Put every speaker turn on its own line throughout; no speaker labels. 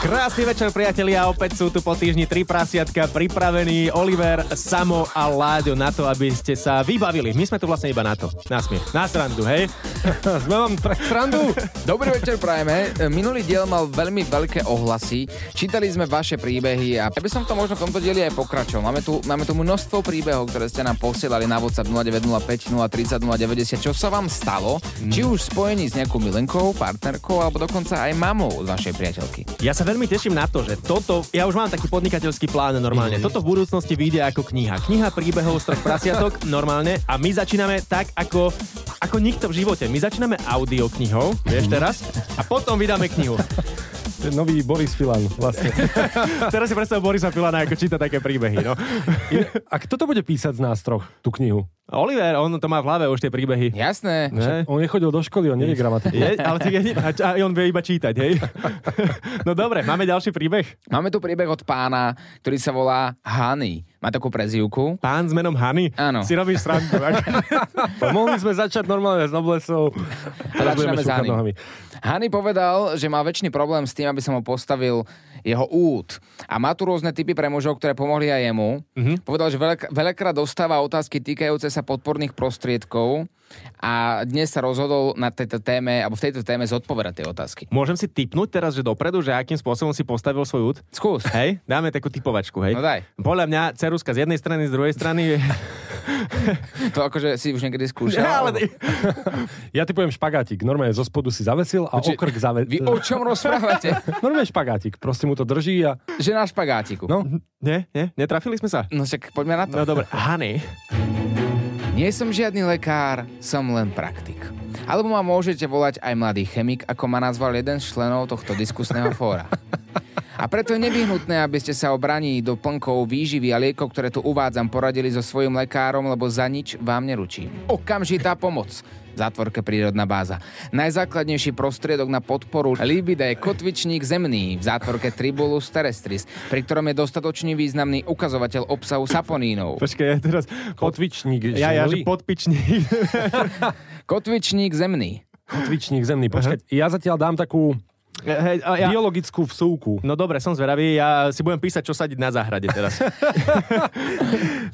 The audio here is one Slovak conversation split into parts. Krásny večer, priatelia. Opäť sú tu po týždni tri prasiatka pripravení Oliver, Samo a Láďo na to, aby ste sa vybavili. My sme tu vlastne iba na to. Na smiech. Na srandu, hej?
sme vám pre srandu. Dobrý večer, prajeme. Minulý diel mal veľmi veľké ohlasy. Čítali sme vaše príbehy a ja by som to možno v tomto dieli aj pokračoval. Máme tu, máme tu množstvo príbehov, ktoré ste nám posielali na WhatsApp 0905 030 090. Čo sa vám stalo? Mm. Či už spojení s nejakou milenkou, partnerkou alebo dokonca aj mamou od vašej priateľky.
Ja sa veľmi teším na to, že toto, ja už mám taký podnikateľský plán normálne, mm-hmm. toto v budúcnosti vyjde ako kniha. Kniha príbehov z troch prasiatok normálne a my začíname tak ako, ako nikto v živote. My začíname audioknihou, vieš mm-hmm. teraz, a potom vydáme knihu.
nový Boris Filan, vlastne.
Teraz si predstav Borisa Filana, ako číta také príbehy, no.
A kto to bude písať z nás troch, tú knihu?
Oliver, on to má v hlave už tie príbehy.
Jasné.
Ne? On nechodil do školy, on nevie gramatiku.
Je, ale ty, a on vie iba čítať, hej? No dobre, máme ďalší príbeh.
Máme tu príbeh od pána, ktorý sa volá Hany. Má takú prezivku.
Pán s menom Hany?
Áno.
Si robíš srandu.
Mohli sme začať normálne s noblesou.
Začneme s Hany. Hany povedal, že má väčší problém s tým, aby som ho postavil jeho út. A má tu rôzne typy pre mužov, ktoré pomohli aj jemu.
Mhm.
Mm-hmm. Povedal, že veľk, veľakrát dostáva otázky týkajúce sa podporných prostriedkov a dnes sa rozhodol na tejto téme, alebo v tejto téme zodpovedať tie otázky.
Môžem si typnúť teraz, že dopredu, že akým spôsobom si postavil svoj út?
Skús.
Hej, dáme takú typovačku, hej.
No daj.
Podľa mňa ceruska z jednej strany, z druhej strany.
to akože si už niekedy skúšal.
Ja, ale...
ja ti poviem špagátik. Normálne zo spodu si zavesil a Či... okrk zavesil.
Vy o čom rozprávate?
normálne špagátik. Proste mu to drží a...
Že na špagátiku.
No, nie, nie, netrafili sme sa.
No však poďme na to.
No dobre, Hany.
Nie som žiadny lekár, som len praktik. Alebo ma môžete volať aj mladý chemik, ako ma nazval jeden z členov tohto diskusného fóra. A preto je nevyhnutné, aby ste sa o braní doplnkov, výživy a liekov, ktoré tu uvádzam, poradili so svojim lekárom, lebo za nič vám neručím. Okamžitá pomoc. Zátvorke prírodná báza. Najzákladnejší prostriedok na podporu libida je kotvičník zemný v zátvorke Tribulus terrestris, pri ktorom je dostatočne významný ukazovateľ obsahu saponínov.
Počkaj, ja teraz...
Kotvičník
Ja, ja, že podpičník.
kotvičník zemný.
Kotvičník zemný. Počkaj, uh-huh. ja zatiaľ dám takú Hej, ja... Biologickú vsúku.
No dobre, som zvedavý, ja si budem písať, čo sadiť na záhrade teraz.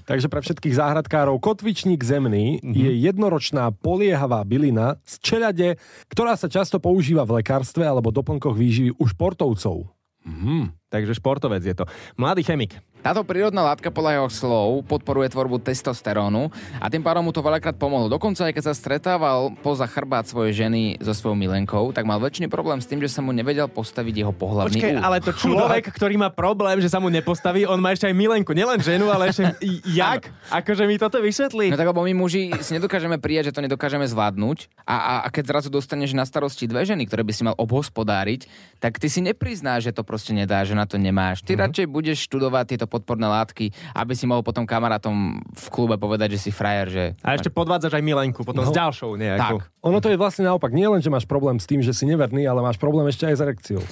Takže pre všetkých záhradkárov, kotvičník zemný mm-hmm. je jednoročná poliehavá bylina z čelade, ktorá sa často používa v lekárstve alebo doplnkoch výživy u športovcov.
Mm-hmm. Takže športovec je to. Mladý chemik.
Táto prírodná látka podľa jeho slov podporuje tvorbu testosterónu a tým pádom mu to veľakrát pomohlo. Dokonca aj keď sa stretával poza chrbát svojej ženy so svojou milenkou, tak mal väčší problém s tým, že sa mu nevedel postaviť jeho pohľadný Počkej,
úd. ale to človek, ktorý má problém, že sa mu nepostaví, on má ešte aj milenku, nielen ženu, ale ešte jak? Akože mi toto vysvetlí.
No tak lebo my muži si nedokážeme prijať, že to nedokážeme zvládnuť a, a, a keď zrazu dostaneš na starosti dve ženy, ktoré by si mal obhospodáriť, tak ty si nepriznáš, že to proste nedá, že na to nemáš. Ty mm-hmm. radšej budeš študovať tieto podporné látky, aby si mohol potom kamarátom v klube povedať, že si frajer. Že...
A ešte podvádzaš aj Milenku, potom no. s ďalšou nejakou.
Tak. Ono to je vlastne naopak. Nie len, že máš problém s tým, že si neverný, ale máš problém ešte aj s erekciou.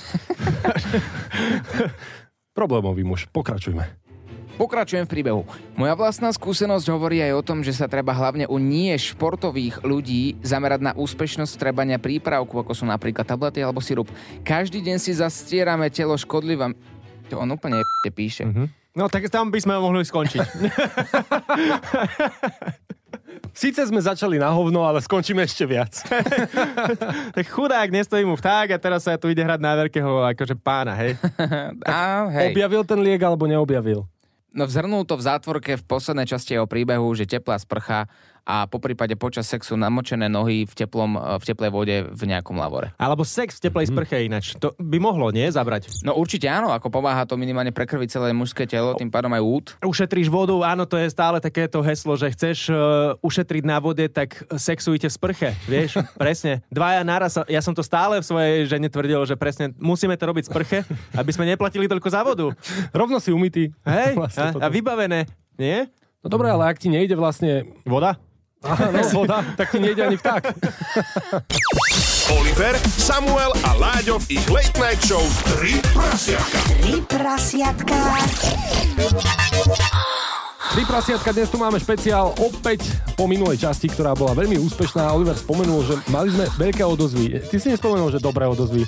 Problémový muž. Pokračujme.
Pokračujem v príbehu. Moja vlastná skúsenosť hovorí aj o tom, že sa treba hlavne u nie športových ľudí zamerať na úspešnosť trebania prípravku, ako sú napríklad tablety alebo sirup. Každý deň si zastierame telo škodlivým... To on úplne je, píše.
Mm-hmm. No tak tam by sme mohli skončiť.
Sice sme začali na hovno, ale skončíme ešte viac.
tak chudák, nestojí mu vták a teraz sa tu ide hrať na veľkého akože pána, hej?
a, hej.
Objavil ten liek alebo neobjavil?
No vzhrnul to v zátvorke v poslednej časti jeho príbehu, že teplá sprcha a po prípade počas sexu namočené nohy v, teplom, e, v teplej vode v nejakom lavore.
Alebo sex v teplej sprche mm. ináč. To by mohlo, nie? Zabrať.
No určite áno, ako pomáha to minimálne prekrviť celé mužské telo, tým pádom aj út.
Ušetríš vodu, áno, to je stále takéto heslo, že chceš uh, ušetriť na vode, tak sexujte v sprche, vieš? presne. Dvaja naraz, ja som to stále v svojej žene tvrdil, že presne musíme to robiť v sprche, aby sme neplatili toľko za vodu.
Rovno si umytý. Vlastne
Hej, vlastne a, toto. a vybavené. Nie?
No dobré, ale ak ti nejde vlastne...
Voda?
Áno, voda, tak ti nejde ani vták.
Oliver, Samuel a Láďo v ich Late Night Show 3 prasiatka.
Tri prasiatka.
Tri prasiatka, dnes tu máme špeciál opäť po minulej časti, ktorá bola veľmi úspešná. Oliver spomenul, že mali sme veľké odozvy. Ty si nespomenul, že dobré odozvy.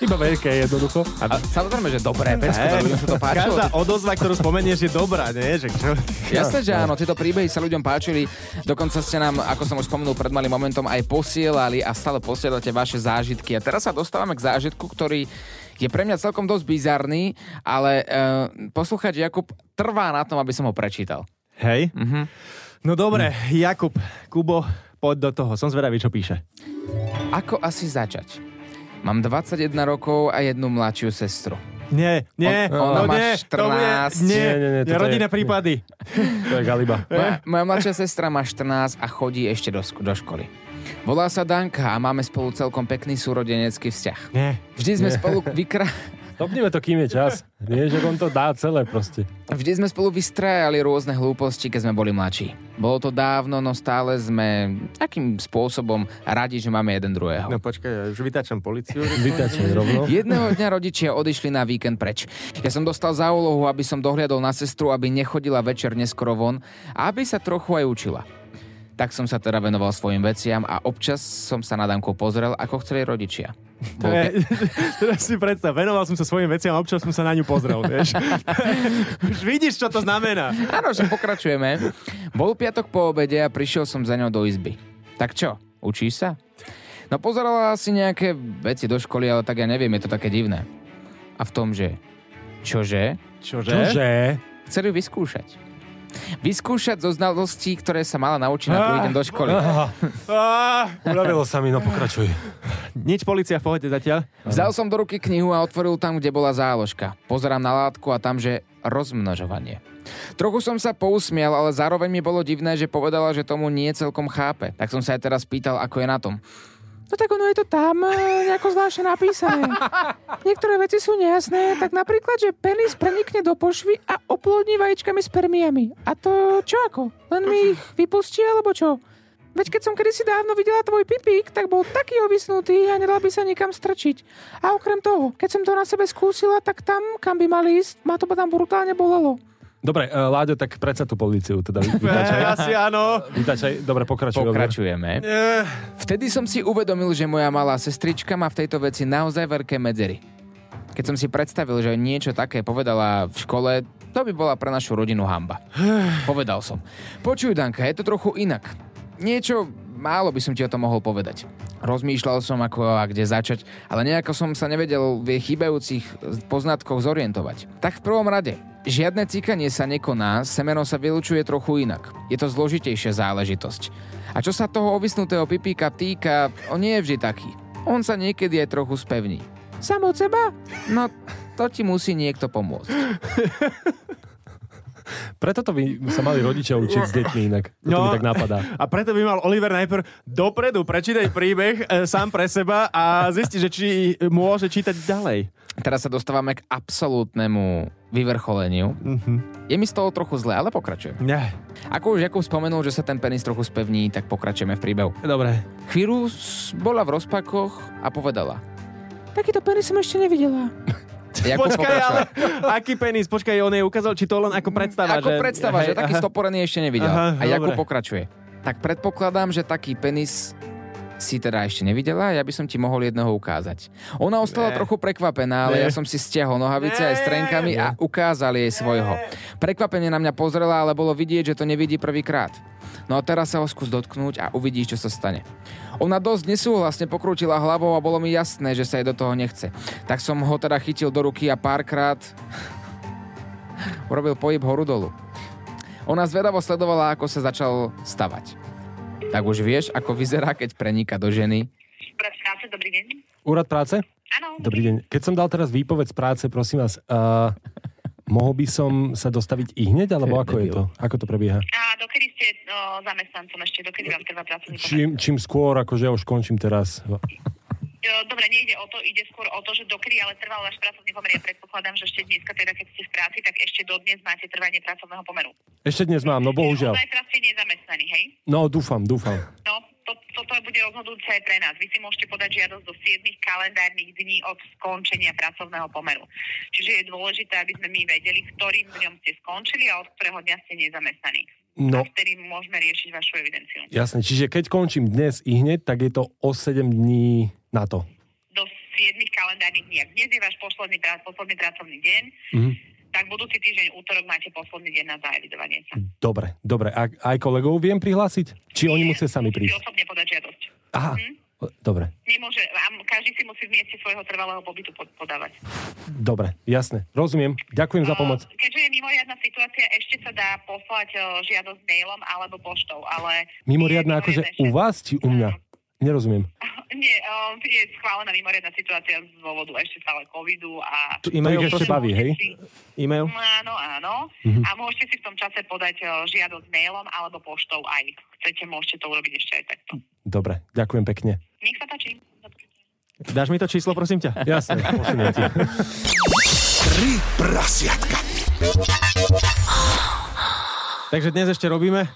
Iba veľké, jednoducho.
A, samozrejme, že dobré, pecko, to ľuďom sa to páčilo.
Každá odozva, ktorú spomenieš, je dobrá, nie? Že čo?
Jasné, že áno, tieto príbehy sa ľuďom páčili. Dokonca ste nám, ako som už spomenul pred malým momentom, aj posielali a stále posielate vaše zážitky. A teraz sa dostávame k zážitku, ktorý je pre mňa celkom dosť bizarný, ale uh, posluchač Jakub trvá na tom, aby som ho prečítal.
Hej? Mm-hmm. No dobre, Jakub, Kubo, poď do toho. Som zvedavý, čo píše.
Ako asi začať? Mám 21 rokov a jednu mladšiu sestru.
Nie, nie,
On- ona
no
má
nie, to bude, nie,
14.
Nie, nie, nie, toto
rodinné
je-
prípady.
To je galiba.
Moja, moja mladšia sestra má 14 a chodí ešte do, sk- do školy. Volá sa Danka a máme spolu celkom pekný súrodenecký vzťah.
Nie.
Vždy sme spolu vykra...
Stopnime to, kým je čas. Nie, že on to dá celé proste.
Vždy sme spolu vystrajali rôzne hlúposti, keď sme boli mladší. Bolo to dávno, no stále sme takým spôsobom radi, že máme jeden druhého.
No počkaj, ja už vytačam policiu.
Vytačme rovno.
Jedného dňa rodičia odišli na víkend preč. Ja som dostal za úlohu, aby som dohliadol na sestru, aby nechodila večer neskoro von a aby sa trochu aj učila. Tak som sa teda venoval svojim veciam a občas som sa na Danku pozrel, ako chceli rodičia. Bol
Nie.
ke-
Teraz si predstav, venoval som sa svojim veciam a občas som sa na ňu pozrel, vieš. Už vidíš, čo to znamená.
Áno, že pokračujeme. Bol piatok po obede a prišiel som za ňou do izby. Tak čo, učíš sa? No pozerala si nejaké veci do školy, ale tak ja neviem, je to také divné. A v tom, že... Čože?
Čože?
Čože?
Chceli ju vyskúšať. Vyskúšať zo znalostí, ktoré sa mala naučiť na druhý deň do školy.
Aha. Á, Uľavilo sa mi, no pokračuj.
Nič, policia v pohode zatiaľ.
Vzal som do ruky knihu a otvoril tam, kde bola záložka. Pozerám na látku a tam, že rozmnožovanie. Trochu som sa pousmial, ale zároveň mi bolo divné, že povedala, že tomu nie celkom chápe. Tak som sa aj teraz pýtal, ako je na tom. No tak ono je to tam e, nejako zvláštne napísané. Niektoré veci sú nejasné, tak napríklad, že penis prenikne do pošvy a oplodní vajíčkami spermiami. A to čo ako? Len mi ich vypustí alebo čo? Veď keď som kedysi dávno No videla tvoj pipík, tak bol taký ovisnutý a nedal by sa nikam strčiť. A okrem toho, keď som to na sebe skúsila, tak tam, kam by mali ísť, ma to tam brutálne bolelo.
Dobre, eh, Láďo, tak predsa tú políciu, teda vy- vytačaj.
asi áno.
Vytačaj, dobre, pokračuj. Oliver.
Pokračujeme. Vtedy som si uvedomil, že moja malá sestrička má v tejto veci naozaj veľké medzery. Keď som si predstavil, že niečo také povedala v škole, to by bola pre našu rodinu hamba. Povedal som. Počuj, Danka, je to trochu inak. Niečo málo by som ti o tom mohol povedať. Rozmýšľal som, ako a kde začať, ale nejako som sa nevedel v jej chýbajúcich poznatkoch zorientovať. Tak v prvom rade, žiadne cíkanie sa nekoná, semeno sa vylučuje trochu inak. Je to zložitejšia záležitosť. A čo sa toho ovisnutého pipíka týka, on nie je vždy taký. On sa niekedy aj trochu spevní. Sam od seba? No, to ti musí niekto pomôcť.
Preto to by sa mali rodičia učiť s deťmi inak. No. To mi
No.
tak napadá.
A preto by mal Oliver najprv dopredu prečítať príbeh e, sám pre seba a zistiť, že či môže čítať ďalej.
Teraz sa dostávame k absolútnemu vyvrcholeniu.
Mhm.
Je mi z toho trochu zle, ale pokračujem.
Ne.
Ako už Jakub spomenul, že sa ten penis trochu spevní, tak pokračujeme v príbehu.
Dobre.
Chvíľu s- bola v rozpakoch a povedala. Takýto penis som ešte nevidela. Jakub
Počkaj,
pokračoval.
ale aký penis? Počkaj, on jej ukázal, či to len ako predstava. že...
Ako predstava, že
Hej,
taký
aha.
stoporený ešte nevidel.
Aha,
a Jakub
dobre.
pokračuje. Tak predpokladám, že taký penis si teda ešte nevidela, ja by som ti mohol jedného ukázať. Ona ostala
Ne.
trochu prekvapená, ale
Ne.
ja som si stiahol nohavice
Ne.
aj s trenkami a ukázal jej svojho. Prekvapenie na mňa pozrela, ale bolo vidieť, že to nevidí prvýkrát. No a teraz sa ho skús dotknúť a uvidíš, čo sa stane. Ona dosť nesúhlasne pokrútila hlavou a bolo mi jasné, že sa jej do toho nechce. Tak som ho teda chytil do ruky a párkrát urobil pohyb horu dolu. Ona zvedavo sledovala, ako sa začal stavať. Tak už vieš, ako vyzerá, keď prenika do ženy.
Úrad práce, dobrý deň.
Úrad práce?
Áno.
Dobrý deň. Keď som dal teraz výpoveď z práce, prosím vás, uh, mohol by som sa dostaviť i hneď, alebo ako je to? Ako to prebieha?
A dokedy ste no, zamestnancom ešte? Dokedy vám trvá pracovný pomer?
Čím, čím skôr, akože ja už končím teraz.
Jo, Dobre, nejde o to, ide skôr o to, že dokedy ale trval váš pracovný pomer. Ja predpokladám, že ešte dneska, teda keď ste v práci, tak ešte dodnes máte trvanie pracovného pomeru.
Ešte dnes mám, no bohužiaľ.
Zajtra ste nezamestnaní, hej?
No dúfam, dúfam.
No, to, toto bude rozhodujúce aj pre nás. Vy si môžete podať žiadosť do 7 kalendárnych dní od skončenia pracovného pomeru. Čiže je dôležité, aby sme my vedeli, ktorým dňom ste skončili a od ktorého dňa ste nezamestnaní.
No.
A vtedy môžeme riešiť vašu evidenciu.
Jasne, čiže keď končím dnes i hneď, tak je to o 7 dní na to.
Do 7 kalendárnych dní. Ak dnes je váš posledný, prá- posledný pracovný deň,
Mhm.
tak budúci týždeň, útorok, máte posledný deň na zaevidovanie sa.
Dobre, dobre. A aj kolegov viem prihlásiť? Či oni musia sami
Musíte
prísť?
osobne podať žiadosť.
Aha, dobre,
Nemôže, a m- každý si musí v mieste svojho trvalého pobytu pod- podávať.
dobre, jasne. Rozumiem. Ďakujem za pomoc.
Eh, Keďže je mimoriadna situácia, ešte sa dá poslať eh, žiadosť mailom alebo poštou, ale...
Mimoriadná
je mimoriadna
akože u vás či u mňa? Nerozumiem.
Nie, eh, je schválená mimoriadna situácia z dôvodu ešte stále covidu a...
Tu
To
e-mail,
ich ešte
prosím,
baví, hej?
Si-
e-mail.
Áno, áno. A môžete si v tom čase podať eh, žiadosť mailom alebo poštou aj. Chcete, môžete to urobiť ešte aj takto.
Dobre, ďakujem pekne.
Nech sa páči.
Dáš mi to číslo, prosím ťa?
Jasne, posuniem ti.
Tri prasiatka.
Takže dnes ešte robíme.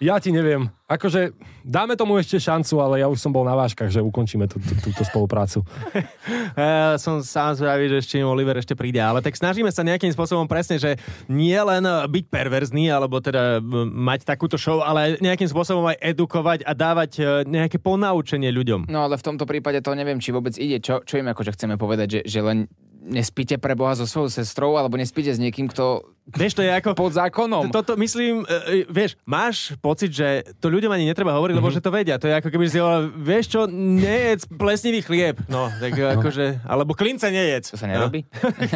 Ja ti neviem. Akože dáme tomu ešte šancu, ale ja už som bol na váškach, že ukončíme tú, tú, túto spoluprácu.
E, som sám zvedavý, že ešte Oliver ešte príde, ale tak snažíme sa nejakým spôsobom presne, že nie len e, byť perverzný, alebo teda m, mať takúto show, ale nejakým spôsobom aj edukovať a dávať e, nejaké ponaučenie ľuďom.
No ale v tomto prípade to neviem, či vôbec ide. Čo, čo im akože chceme povedať, že, že len nespíte pre Boha so svojou sestrou, alebo nespíte s niekým, kto
Vieš, to je ako...
pod zákonom.
Toto myslím, e, e, vieš, máš pocit, že to ľuďom ani netreba hovoriť, lebo že to vedia. To je ako keby si hovoril, vieš čo, nejedz plesnivý chlieb. No, tak akože, alebo klince nejedz. No.
To sa nerobí?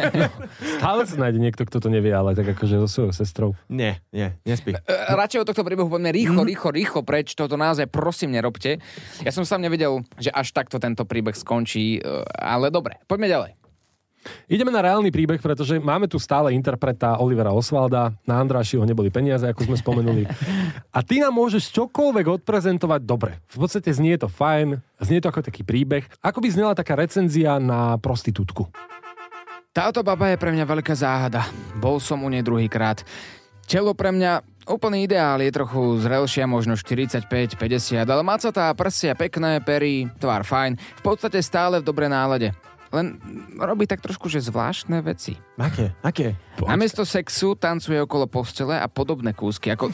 Stále sa nájde niekto, kto to nevie, ale tak akože so svojou sestrou.
Nie, nie, nespí.
E, radšej od tohto príbehu poďme rýchlo, rýchlo, rýchlo preč, toto naozaj prosím nerobte. Ja som sám nevedel, že až takto tento príbeh skončí, e, ale dobre, poďme ďalej.
Ideme na reálny príbeh, pretože máme tu stále interpreta Olivera Osvalda, na Andrášiho neboli peniaze, ako sme spomenuli. A ty nám môžeš čokoľvek odprezentovať dobre. V podstate znie to fajn, znie to ako taký príbeh. Ako by znela taká recenzia na prostitútku?
Táto baba je pre mňa veľká záhada. Bol som u nej druhýkrát. Telo pre mňa úplný ideál, je trochu zrelšia, možno 45-50, ale macatá, prsia pekné, pery, tvár fajn, v podstate stále v dobrej nálade. Len robí tak trošku, že zvláštne veci.
Aké, aké?
Namiesto sexu tancuje okolo postele a podobné kúsky. Ako...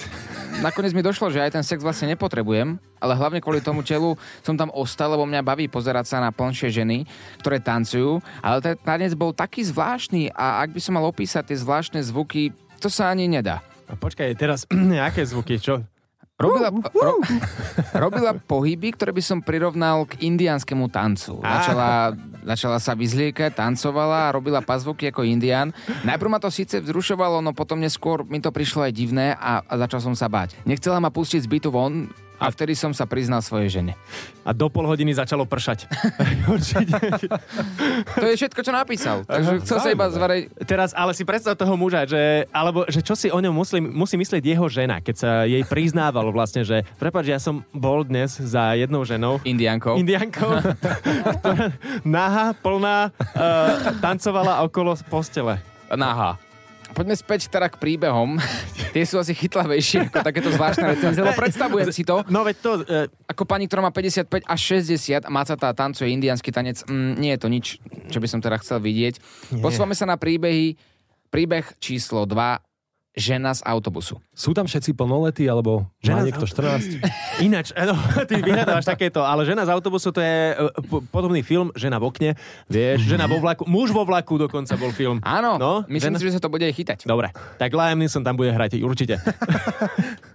Nakoniec mi došlo, že aj ten sex vlastne nepotrebujem, ale hlavne kvôli tomu telu som tam ostal, lebo mňa baví pozerať sa na plnšie ženy, ktoré tancujú, ale ten tanec bol taký zvláštny a ak by som mal opísať tie zvláštne zvuky, to sa ani nedá.
A počkaj, teraz, aké zvuky, čo?
Robila, ro, robila pohyby, ktoré by som prirovnal k indianskému tancu. Začala, začala sa vyzliekať, tancovala a robila pazvuky ako indián. Najprv ma to síce vzrušovalo, no potom neskôr mi to prišlo aj divné a, a začal som sa báť. Nechcela ma pustiť z bytu von a vtedy som sa priznal svojej žene.
A do pol hodiny začalo pršať. Určite.
To je všetko, čo napísal. Takže chcel sa iba zvarej...
Teraz, ale si predstav toho muža, že, alebo, že čo si o ňom musí, musí myslieť jeho žena, keď sa jej priznával vlastne, že prepáč, ja som bol dnes za jednou ženou,
Indiankou.
indiankou, ktorá nahá, plná, uh, tancovala okolo postele.
Naha. Poďme späť teda k príbehom. Tie sú asi chytlavejšie ako takéto zvláštne recenzie, lebo predstavujem si to.
No veď to, uh,
ako pani, ktorá má 55 až 60 a má sa tá tancuje indianský tanec, mm, nie je to nič, čo by som teda chcel vidieť. Posúvame sa na príbehy. Príbeh číslo 2. Žena z autobusu.
Sú tam všetci plnoletí, alebo má
Žena-
niekto 14?
Ináč, no, ty vyhľadávaš takéto, ale žena z autobusu to je e, po- podobný film, žena v okne,
Mhm.
vieš, žena vo vlaku, muž vo vlaku dokonca bol film.
Áno,
no,
no, myslím si, že sa to bude aj chytať.
Dobre, tak Liam Neeson tam bude hrať, určite.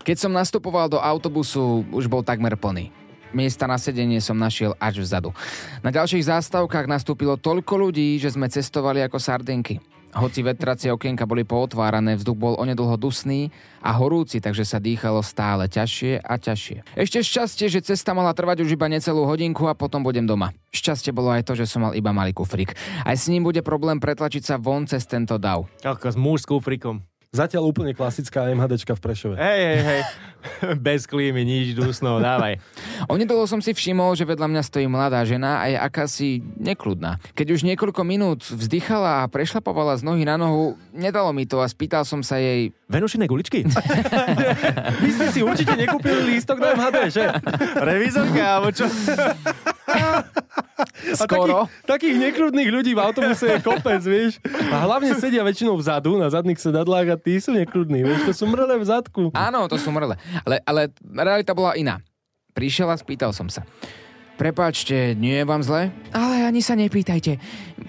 Keď som nastupoval do autobusu, už bol takmer plný. Miesta na sedenie som našiel až vzadu. Na ďalších zástavkách nastúpilo toľko ľudí, že sme cestovali ako sardinky. Hoci vetracie okienka boli pootvárané, vzduch bol onedlho dusný a horúci, takže sa dýchalo stále ťažšie a ťažšie. Ešte šťastie, že cesta mala trvať už iba necelú hodinku a potom budem doma. Šťastie bolo aj to, že som mal iba malý kufrík. Aj s ním bude problém pretlačiť sa von cez tento dav.
Ako s muž s kufrikom. S
Zatiaľ úplne klasická MHDčka v Prešove.
Hej, hej, hej. Bez klímy, nič dusno, dávaj.
Onedlho som si všimol, že vedľa mňa stojí mladá žena a je akási nekludná. Keď už niekoľko minút vzdychala a prešlapovala z nohy na nohu, nedalo mi to a spýtal som sa jej,
Venušine guličky?
Vy ste si určite nekúpili lístok na MHD, že?
Revizorka, alebo čo?
skoro.
Takých, takých nekrudných ľudí v autobuse je kopec, vieš. A hlavne sedia väčšinou vzadu, na zadných sedadlách a tí sú nekrudní, vieš, to sú mrele v zadku.
Áno, to sú mrle. Ale, ale realita bola iná. Prišiel a spýtal som sa. Prepáčte, nie je vám zle? Ale ani sa nepýtajte.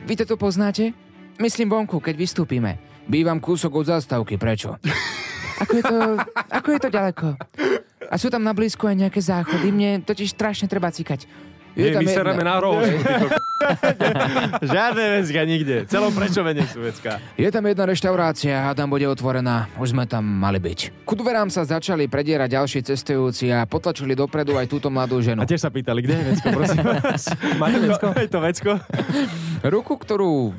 Vy to tu poznáte? Myslím vonku, keď vystúpime. Bývam kúsok od zastávky, prečo? Ako je to, ako je to ďaleko? A sú tam na blízku aj nejaké záchody, mne totiž strašne treba cikať.
Nie, my seráme na rohu.
Žiadne vecka nikde. Celom prečove nie sú vecka.
Je tam jedna reštaurácia, hádam bude otvorená. Už sme tam mali byť. Ku dverám sa začali predierať ďalší cestujúci a potlačili dopredu aj túto mladú ženu.
A tiež sa pýtali, kde je vecko, prosím vás. No,
Máte vecko?
Je to No. vecko?
Ruku, ktorú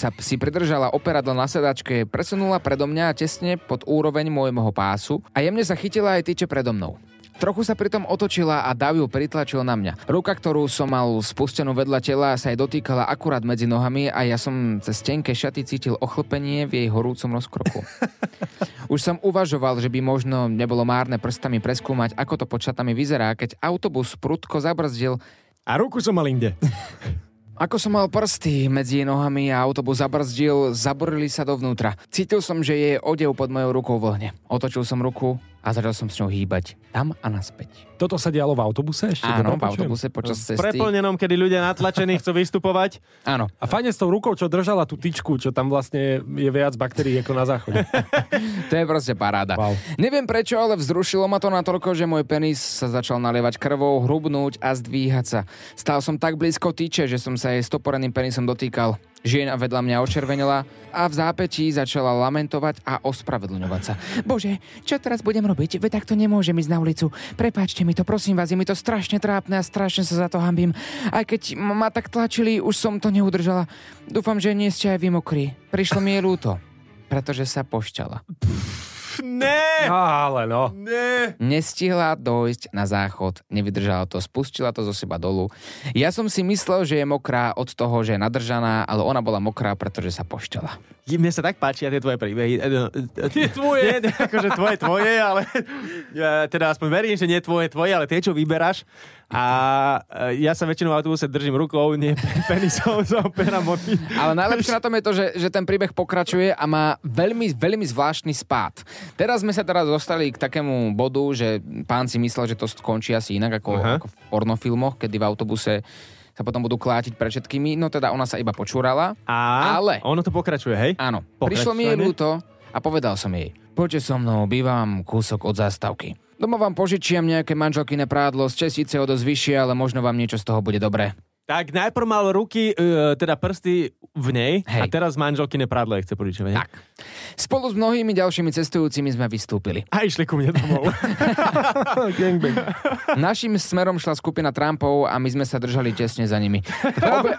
sa p- si pridržala operadlo na sedačke, presunula predo mňa tesne pod úroveň môjho pásu a jemne sa chytila aj tyče predo mnou. Trochu sa pritom otočila a dav ju pritlačil na mňa. Ruka, ktorú som mal spustenú vedľa tela, sa jej dotýkala akurát medzi nohami a ja som cez tenké šaty cítil ochlpenie v jej horúcom rozkroku. Už som uvažoval, že by možno nebolo márne prstami preskúmať, ako to pod šatami vyzerá, keď autobus prudko zabrzdil
A ruku som mal inde.
ako som mal prsty medzi jej nohami a autobus zabrzdil, zaborili sa dovnútra. Cítil som, že je odev pod mojou rukou vlhne. Otočil som ruku a začal som s ňou hýbať tam a naspäť.
Toto sa dialo v autobuse ešte?
Áno,
dobre
v
počujem?
autobuse počas
V
cesty.
preplnenom, kedy ľudia natlačení chcú vystupovať.
Áno.
A fajne s tou rukou, čo držala tú tyčku, čo tam vlastne je viac baktérií ako na záchode.
To je proste paráda.
Wow.
Neviem prečo, ale vzrušilo ma to natoľko, že môj penis sa začal nalievať krvou, hrubnúť a zdvíhať sa. Stál som tak blízko tyče, že som sa jej stoporeným penisom dotýkal. Žiena vedľa mňa očervenila a v zápetí začala lamentovať a ospravedlňovať sa. Bože, čo teraz budem robiť? Veď takto nemôžem ísť na ulicu. Prepáčte mi to, prosím vás, je mi to strašne trápne a strašne sa za to hambím. Aj keď m- ma tak tlačili, už som to neudržala. Dúfam, že nie ste aj vy mokrí. Prišlo mi jej ľúto, pretože sa pošťala.
Ne!
Ale no.
Ne!
Nestihla dojsť na záchod, nevydržala to, spustila to zo seba dolu. Ja som si myslel, že je mokrá od toho, že je nadržaná, ale ona bola mokrá, pretože sa pošťala.
Mne sa tak páčia tie tvoje príbehy. Tie tvoje. Nie, nie, akože tvoje, tvoje, ale ja teda aspoň verím, že nie tvoje, tvoje, ale tie, čo vyberáš. A e, ja sa väčšinou v autobuse držím rukou, nie penisom, som peramotný.
Ale najlepšie na tom je to, že, že ten príbeh pokračuje a má veľmi, veľmi zvláštny spád. Teraz sme sa teraz dostali k takému bodu, že pán si myslel, že to skončí asi inak ako,
Aha.
ako v pornofilmoch, kedy v autobuse sa potom budú klátiť pred všetkými. No teda ona sa iba počúrala.
A
Ale-
ono to pokračuje, hej?
Áno.
Pokračovanie?
Prišlo mi jej ľúto a povedal som jej. Poďte so mnou, bývam kúsok od zástavky. Doma vám požičiam nejaké manželky na prádlo, ste síce o dosť vyššie, ale možno vám niečo z toho bude dobré.
Tak najprv mal ruky, e, teda prsty v nej
Hej.
a teraz manželky nepradlo, chce požičovať. hej?
Tak. Spolu s mnohými ďalšími cestujúcimi sme vystúpili.
A išli ku mne domov.
Gangbang.
Našim smerom šla skupina trampov a my sme sa držali tesne za nimi. Obe,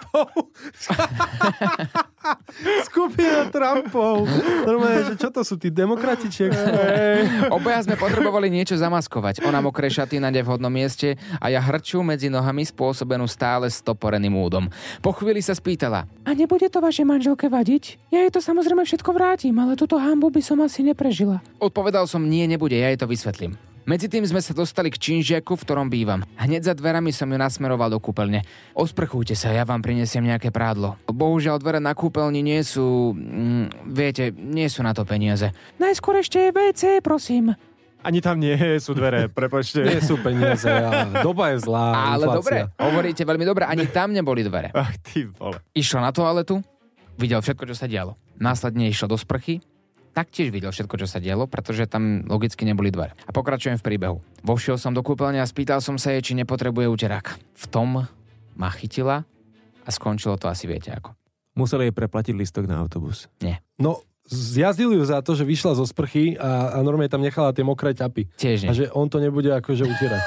Skupina Trumpov. Normálne, že čo to sú tí demokrati, či ak sú? Hej.
obaja sme potrebovali niečo zamaskovať. Ona mokré šaty na nevhodnom mieste a ja hrču medzi nohami spôsobenú stále stoporeným údom. Po chvíli sa spýtala.
A nebude to vašej manželke vadiť? Ja jej to samozrejme všetko vrátim, ale túto hambu by som asi neprežila.
Odpovedal som, nie, nebude, ja jej to vysvetlím. Medzi tým sme sa dostali k činžiaku, v ktorom bývam. Hneď za dverami som ju nasmeroval do kúpeľne. Osprchujte sa, ja vám prinesiem nejaké prádlo. Bohužiaľ, dvere na kúpeľni nie sú... Mm, viete, nie sú na to peniaze.
Najskôr ešte WC, prosím.
Ani tam nie sú dvere, prepačte.
Nie sú peniaze, ale doba je zlá.
Ale
inflácia.
dobre, hovoríte veľmi dobre, ani tam neboli dvere.
Ach, ty vole.
Išla na toaletu, videl všetko, čo sa dialo. Následne išla do sprchy, taktiež videl všetko, čo sa dialo, pretože tam logicky neboli dvere. A pokračujem v príbehu. Vošiel som do kúpeľne a spýtal som sa jej, či nepotrebuje uterák. V tom ma chytila a skončilo to asi viete ako.
Museli jej preplatiť listok na autobus.
No, zjazdili ju za to, že vyšla zo sprchy a, a normálne tam nechala tie mokré ťapy.
Tiež nie.
A že on to nebude akože utierať.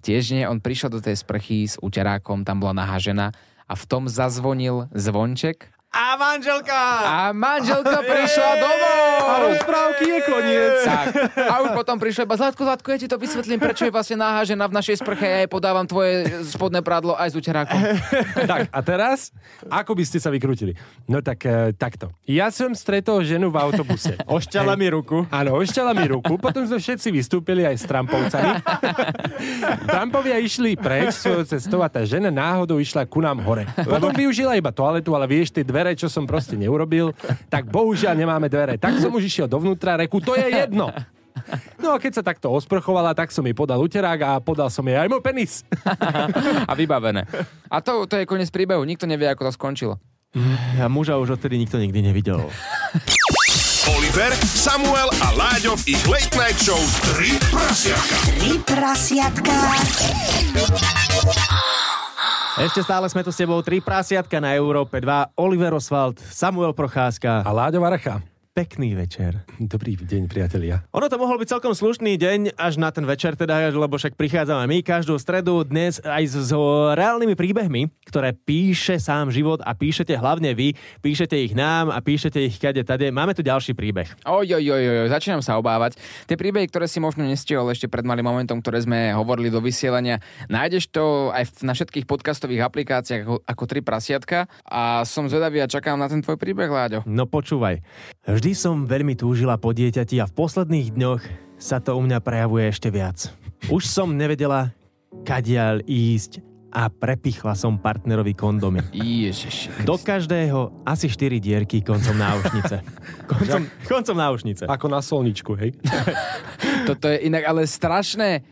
Tiež nie, on prišiel do tej sprchy s uterákom, tam bola nahá žena a v tom zazvonil zvonček
A manželka!
A manželka prišla domov!
A rozprávky je koniec.
Tak. A už potom prišla iba, Zlatko, Zlatko, ja ti to vysvetlím, prečo je vlastne nahážená v našej sprche a ja jej podávam tvoje spodné prádlo aj s uterákom.
tak, a teraz, ako by ste sa vykrútili? No tak, e, takto. Ja som stretol ženu v autobuse.
Ošťala mi ruku.
Áno, ošťala mi ruku, potom sme všetci vystúpili aj s Trumpovcami. Trumpovia išli preč svojou cestou a tá žena náhodou išla ku nám hore. Potom využila iba toaletu, ale vieš, tie dvere, čo som proste neurobil, tak bohužiaľ nemáme dvere. Tak som už išiel dovnútra, reku, to je jedno. No a keď sa takto osprchovala, tak som jej podal uterák a podal som jej aj môj penis.
A vybavené. A to, to je koniec príbehu, nikto nevie, ako to skončilo.
A muža už odtedy nikto nikdy nevidel.
Oliver, Samuel a Láďov ich Late Night Show 3 prasiatka.
Tri prasiatka.
Ešte stále sme tu s tebou tri prasiatka na Európe 2. Oliver Oswald, Samuel
A
Procházka.
Láďo Varacha.
Pekný večer.
Dobrý deň, priatelia.
Ono to mohol byť celkom slušný deň, až na ten večer teda, lebo však prichádzame my každú stredu dnes aj s, s reálnymi príbehmi, ktoré píše sám život a píšete hlavne vy, píšete ich nám a píšete ich kade tade. Máme tu ďalší príbeh.
Oj, oj, oj, oj, začínam sa obávať. Tie príbehy, ktoré si možno nestihol ešte pred malým momentom, ktoré sme hovorili do vysielania, nájdeš to aj v- na všetkých podcastových aplikáciách ako, ako tri prasiatka a som zvedavý a čakám na ten tvoj príbeh, Láďo.
No počúvaj, vždy som veľmi túžila po dieťati a v posledných dňoch sa to u mňa prejavuje ešte viac. Už som nevedela, kadiaľ ísť a prepichla som partnerovi kondomy.
Ježiši.
Do každého asi 4 dierky koncom náušnice. Koncom, koncom náušnice.
Ako na solničku, hej?
Toto je inak ale strašné.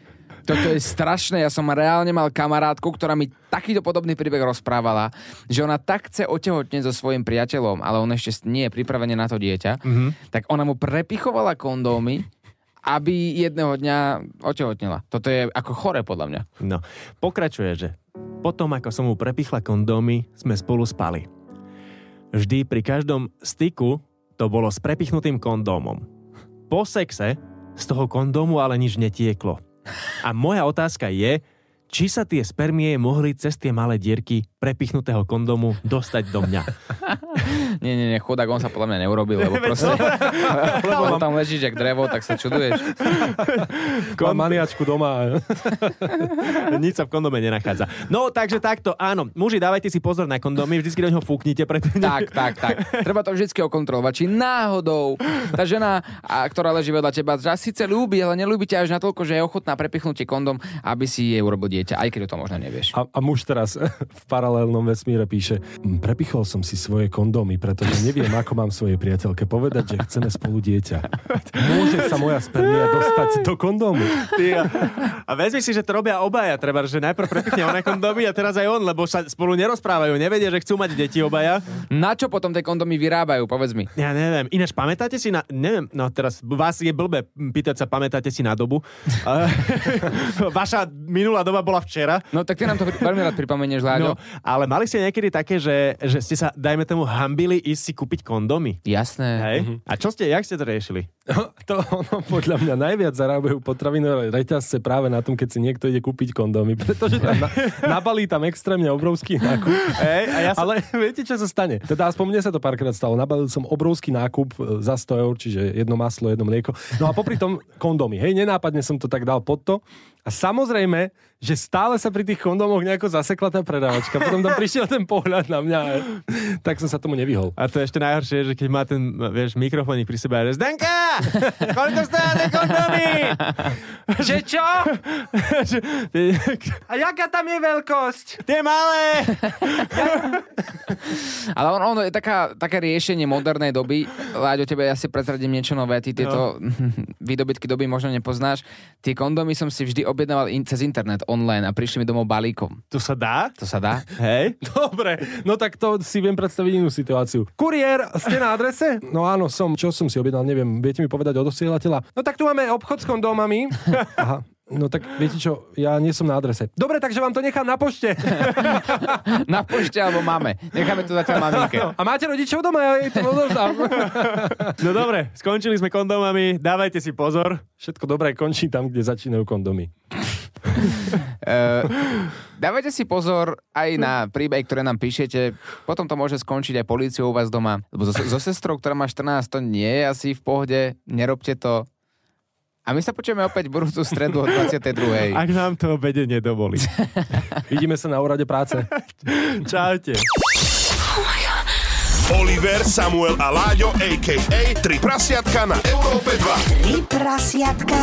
Toto je strašné. Ja som reálne mal kamarátku, ktorá mi takýto podobný príbeh rozprávala, že ona tak chce otehotneť so svojím priateľom, ale on ešte nie je pripravený na to dieťa, mm-hmm. tak ona mu prepichovala kondómy, aby jedného dňa otehotnila. Toto je ako chore podľa mňa.
No, pokračuje, že potom ako som mu prepichla kondómy, sme spolu spali. Vždy pri každom styku to bolo s prepichnutým kondómom. Po sexe z toho kondómu ale nič netieklo. A moja otázka je, či sa tie spermie mohli cez tie malé dierky prepichnutého kondómu dostať do mňa.
Nie, nie, nie, chudák, on sa podľa mňa neurobil, lebo proste, lebo tam ležíš jak drevo, tak sa čuduješ.
Mám maniačku doma.
Nič sa v kondome nenachádza. No, takže takto, áno. Muži, dávajte si pozor na kondómy, vždycky do ňoho fúknite. Pretože...
Tak, tak, tak. Treba to vždy okontrolovať. Či náhodou tá žena, a, ktorá leží vedľa teba, že síce ľúbi, ale nelúbi ťa až natoľko, že je ochotná prepichnúť ti kondom, aby si jej urobil dieťa, aj keď o tom možno nevieš.
A, a muž teraz v paralelnom vesmíre píše, "Mm, prepichol som si svoje kondómy, pretože neviem, ako mám svojej priateľke povedať, že chceme spolu dieťa. Môže sa moja spermia dostať do kondómu?
Ty, a, a vezmi si, že to robia obaja, treba, že najprv prepichne ona kondomy a teraz aj on, lebo sa spolu nerozprávajú, nevedia, že chcú mať deti obaja.
Na čo potom tie kondomy vyrábajú, povedz mi.
Ja neviem, ináč pamätáte si na, neviem, no teraz vás je blbé pýtať sa, pamätáte si na dobu. A- Vaša minulá doba bola včera.
No tak ty nám to pri- veľmi rád pripomenieš,
No,
Láďo.
ale mali ste niekedy také, že, že ste sa, dajme tomu, hambili ísť si kúpiť kondomy.
Jasné.
Hej? A čo ste, jak ste to riešili?
To ono podľa mňa najviac zarábajú potravinové reťazce práve na tom, keď si niekto ide kúpiť kondómy, pretože tam na, nabalí tam extrémne obrovský nákup.
Hej, a ja som...
Ale viete, čo sa stane? Teda aspoň mne sa to párkrát stalo. Nabalil som obrovský nákup e, za 100 eur, čiže jedno maslo, jedno mlieko. No a popri tom kondómy. Hej, nenápadne som to tak dal pod to. A samozrejme, že stále sa pri tých kondómoch nejako zasekla tá predávačka. Potom tam prišiel ten pohľad na mňa, e, tak som sa tomu nevyhol.
A to je ešte najhoršie, že keď má ten, vieš, mikrofónik pri sebe a že Zdenka, koľko stojí tie kondomy? že čo? a jaká tam je veľkosť? Tie malé.
Ale ono, ono je taká, také riešenie modernej doby. Láďo, tebe ja si prezradím niečo nové. Ty tieto
No.
výdobytky doby možno nepoznáš. Tie kondomy som si vždy objednával in, cez internet online a prišli mi domov balíkom.
To sa dá?
To sa dá?
Hej.
Dobre, no tak to si viem predstaviť inú situáciu. Kuriér, ste na adrese? No áno, som. Čo som si objednal, neviem. Viete mi povedať od osielateľa? No tak tu máme obchod s kondomami. Aha. No tak viete čo, ja nie som na adrese. Dobre, takže vám to nechám na pošte.
Na pošte alebo máme. Necháme to zatiaľ maminke.
No, A máte rodičov doma, ja jej to odovzdám.
No dobre, skončili sme kondomami, dávajte si pozor.
Všetko dobré končí tam, kde začínajú kondomy.
Eh, dávajte si pozor aj na príbehy, ktoré nám píšete. Potom to môže skončiť aj políciou u vás doma. Lebo so, so sestrou, ktorá má 14, to nie je asi v pohode. Nerobte to. A my sa počujeme opäť v budúcu stredu o 22.
Ak nám to obede nedovolí.
Vidíme sa na úrade práce.
Čaute.
Oliver, Samuel a Láďo, a.k.a. Tri prasiatka na Európe 2.
Tri prasiatka.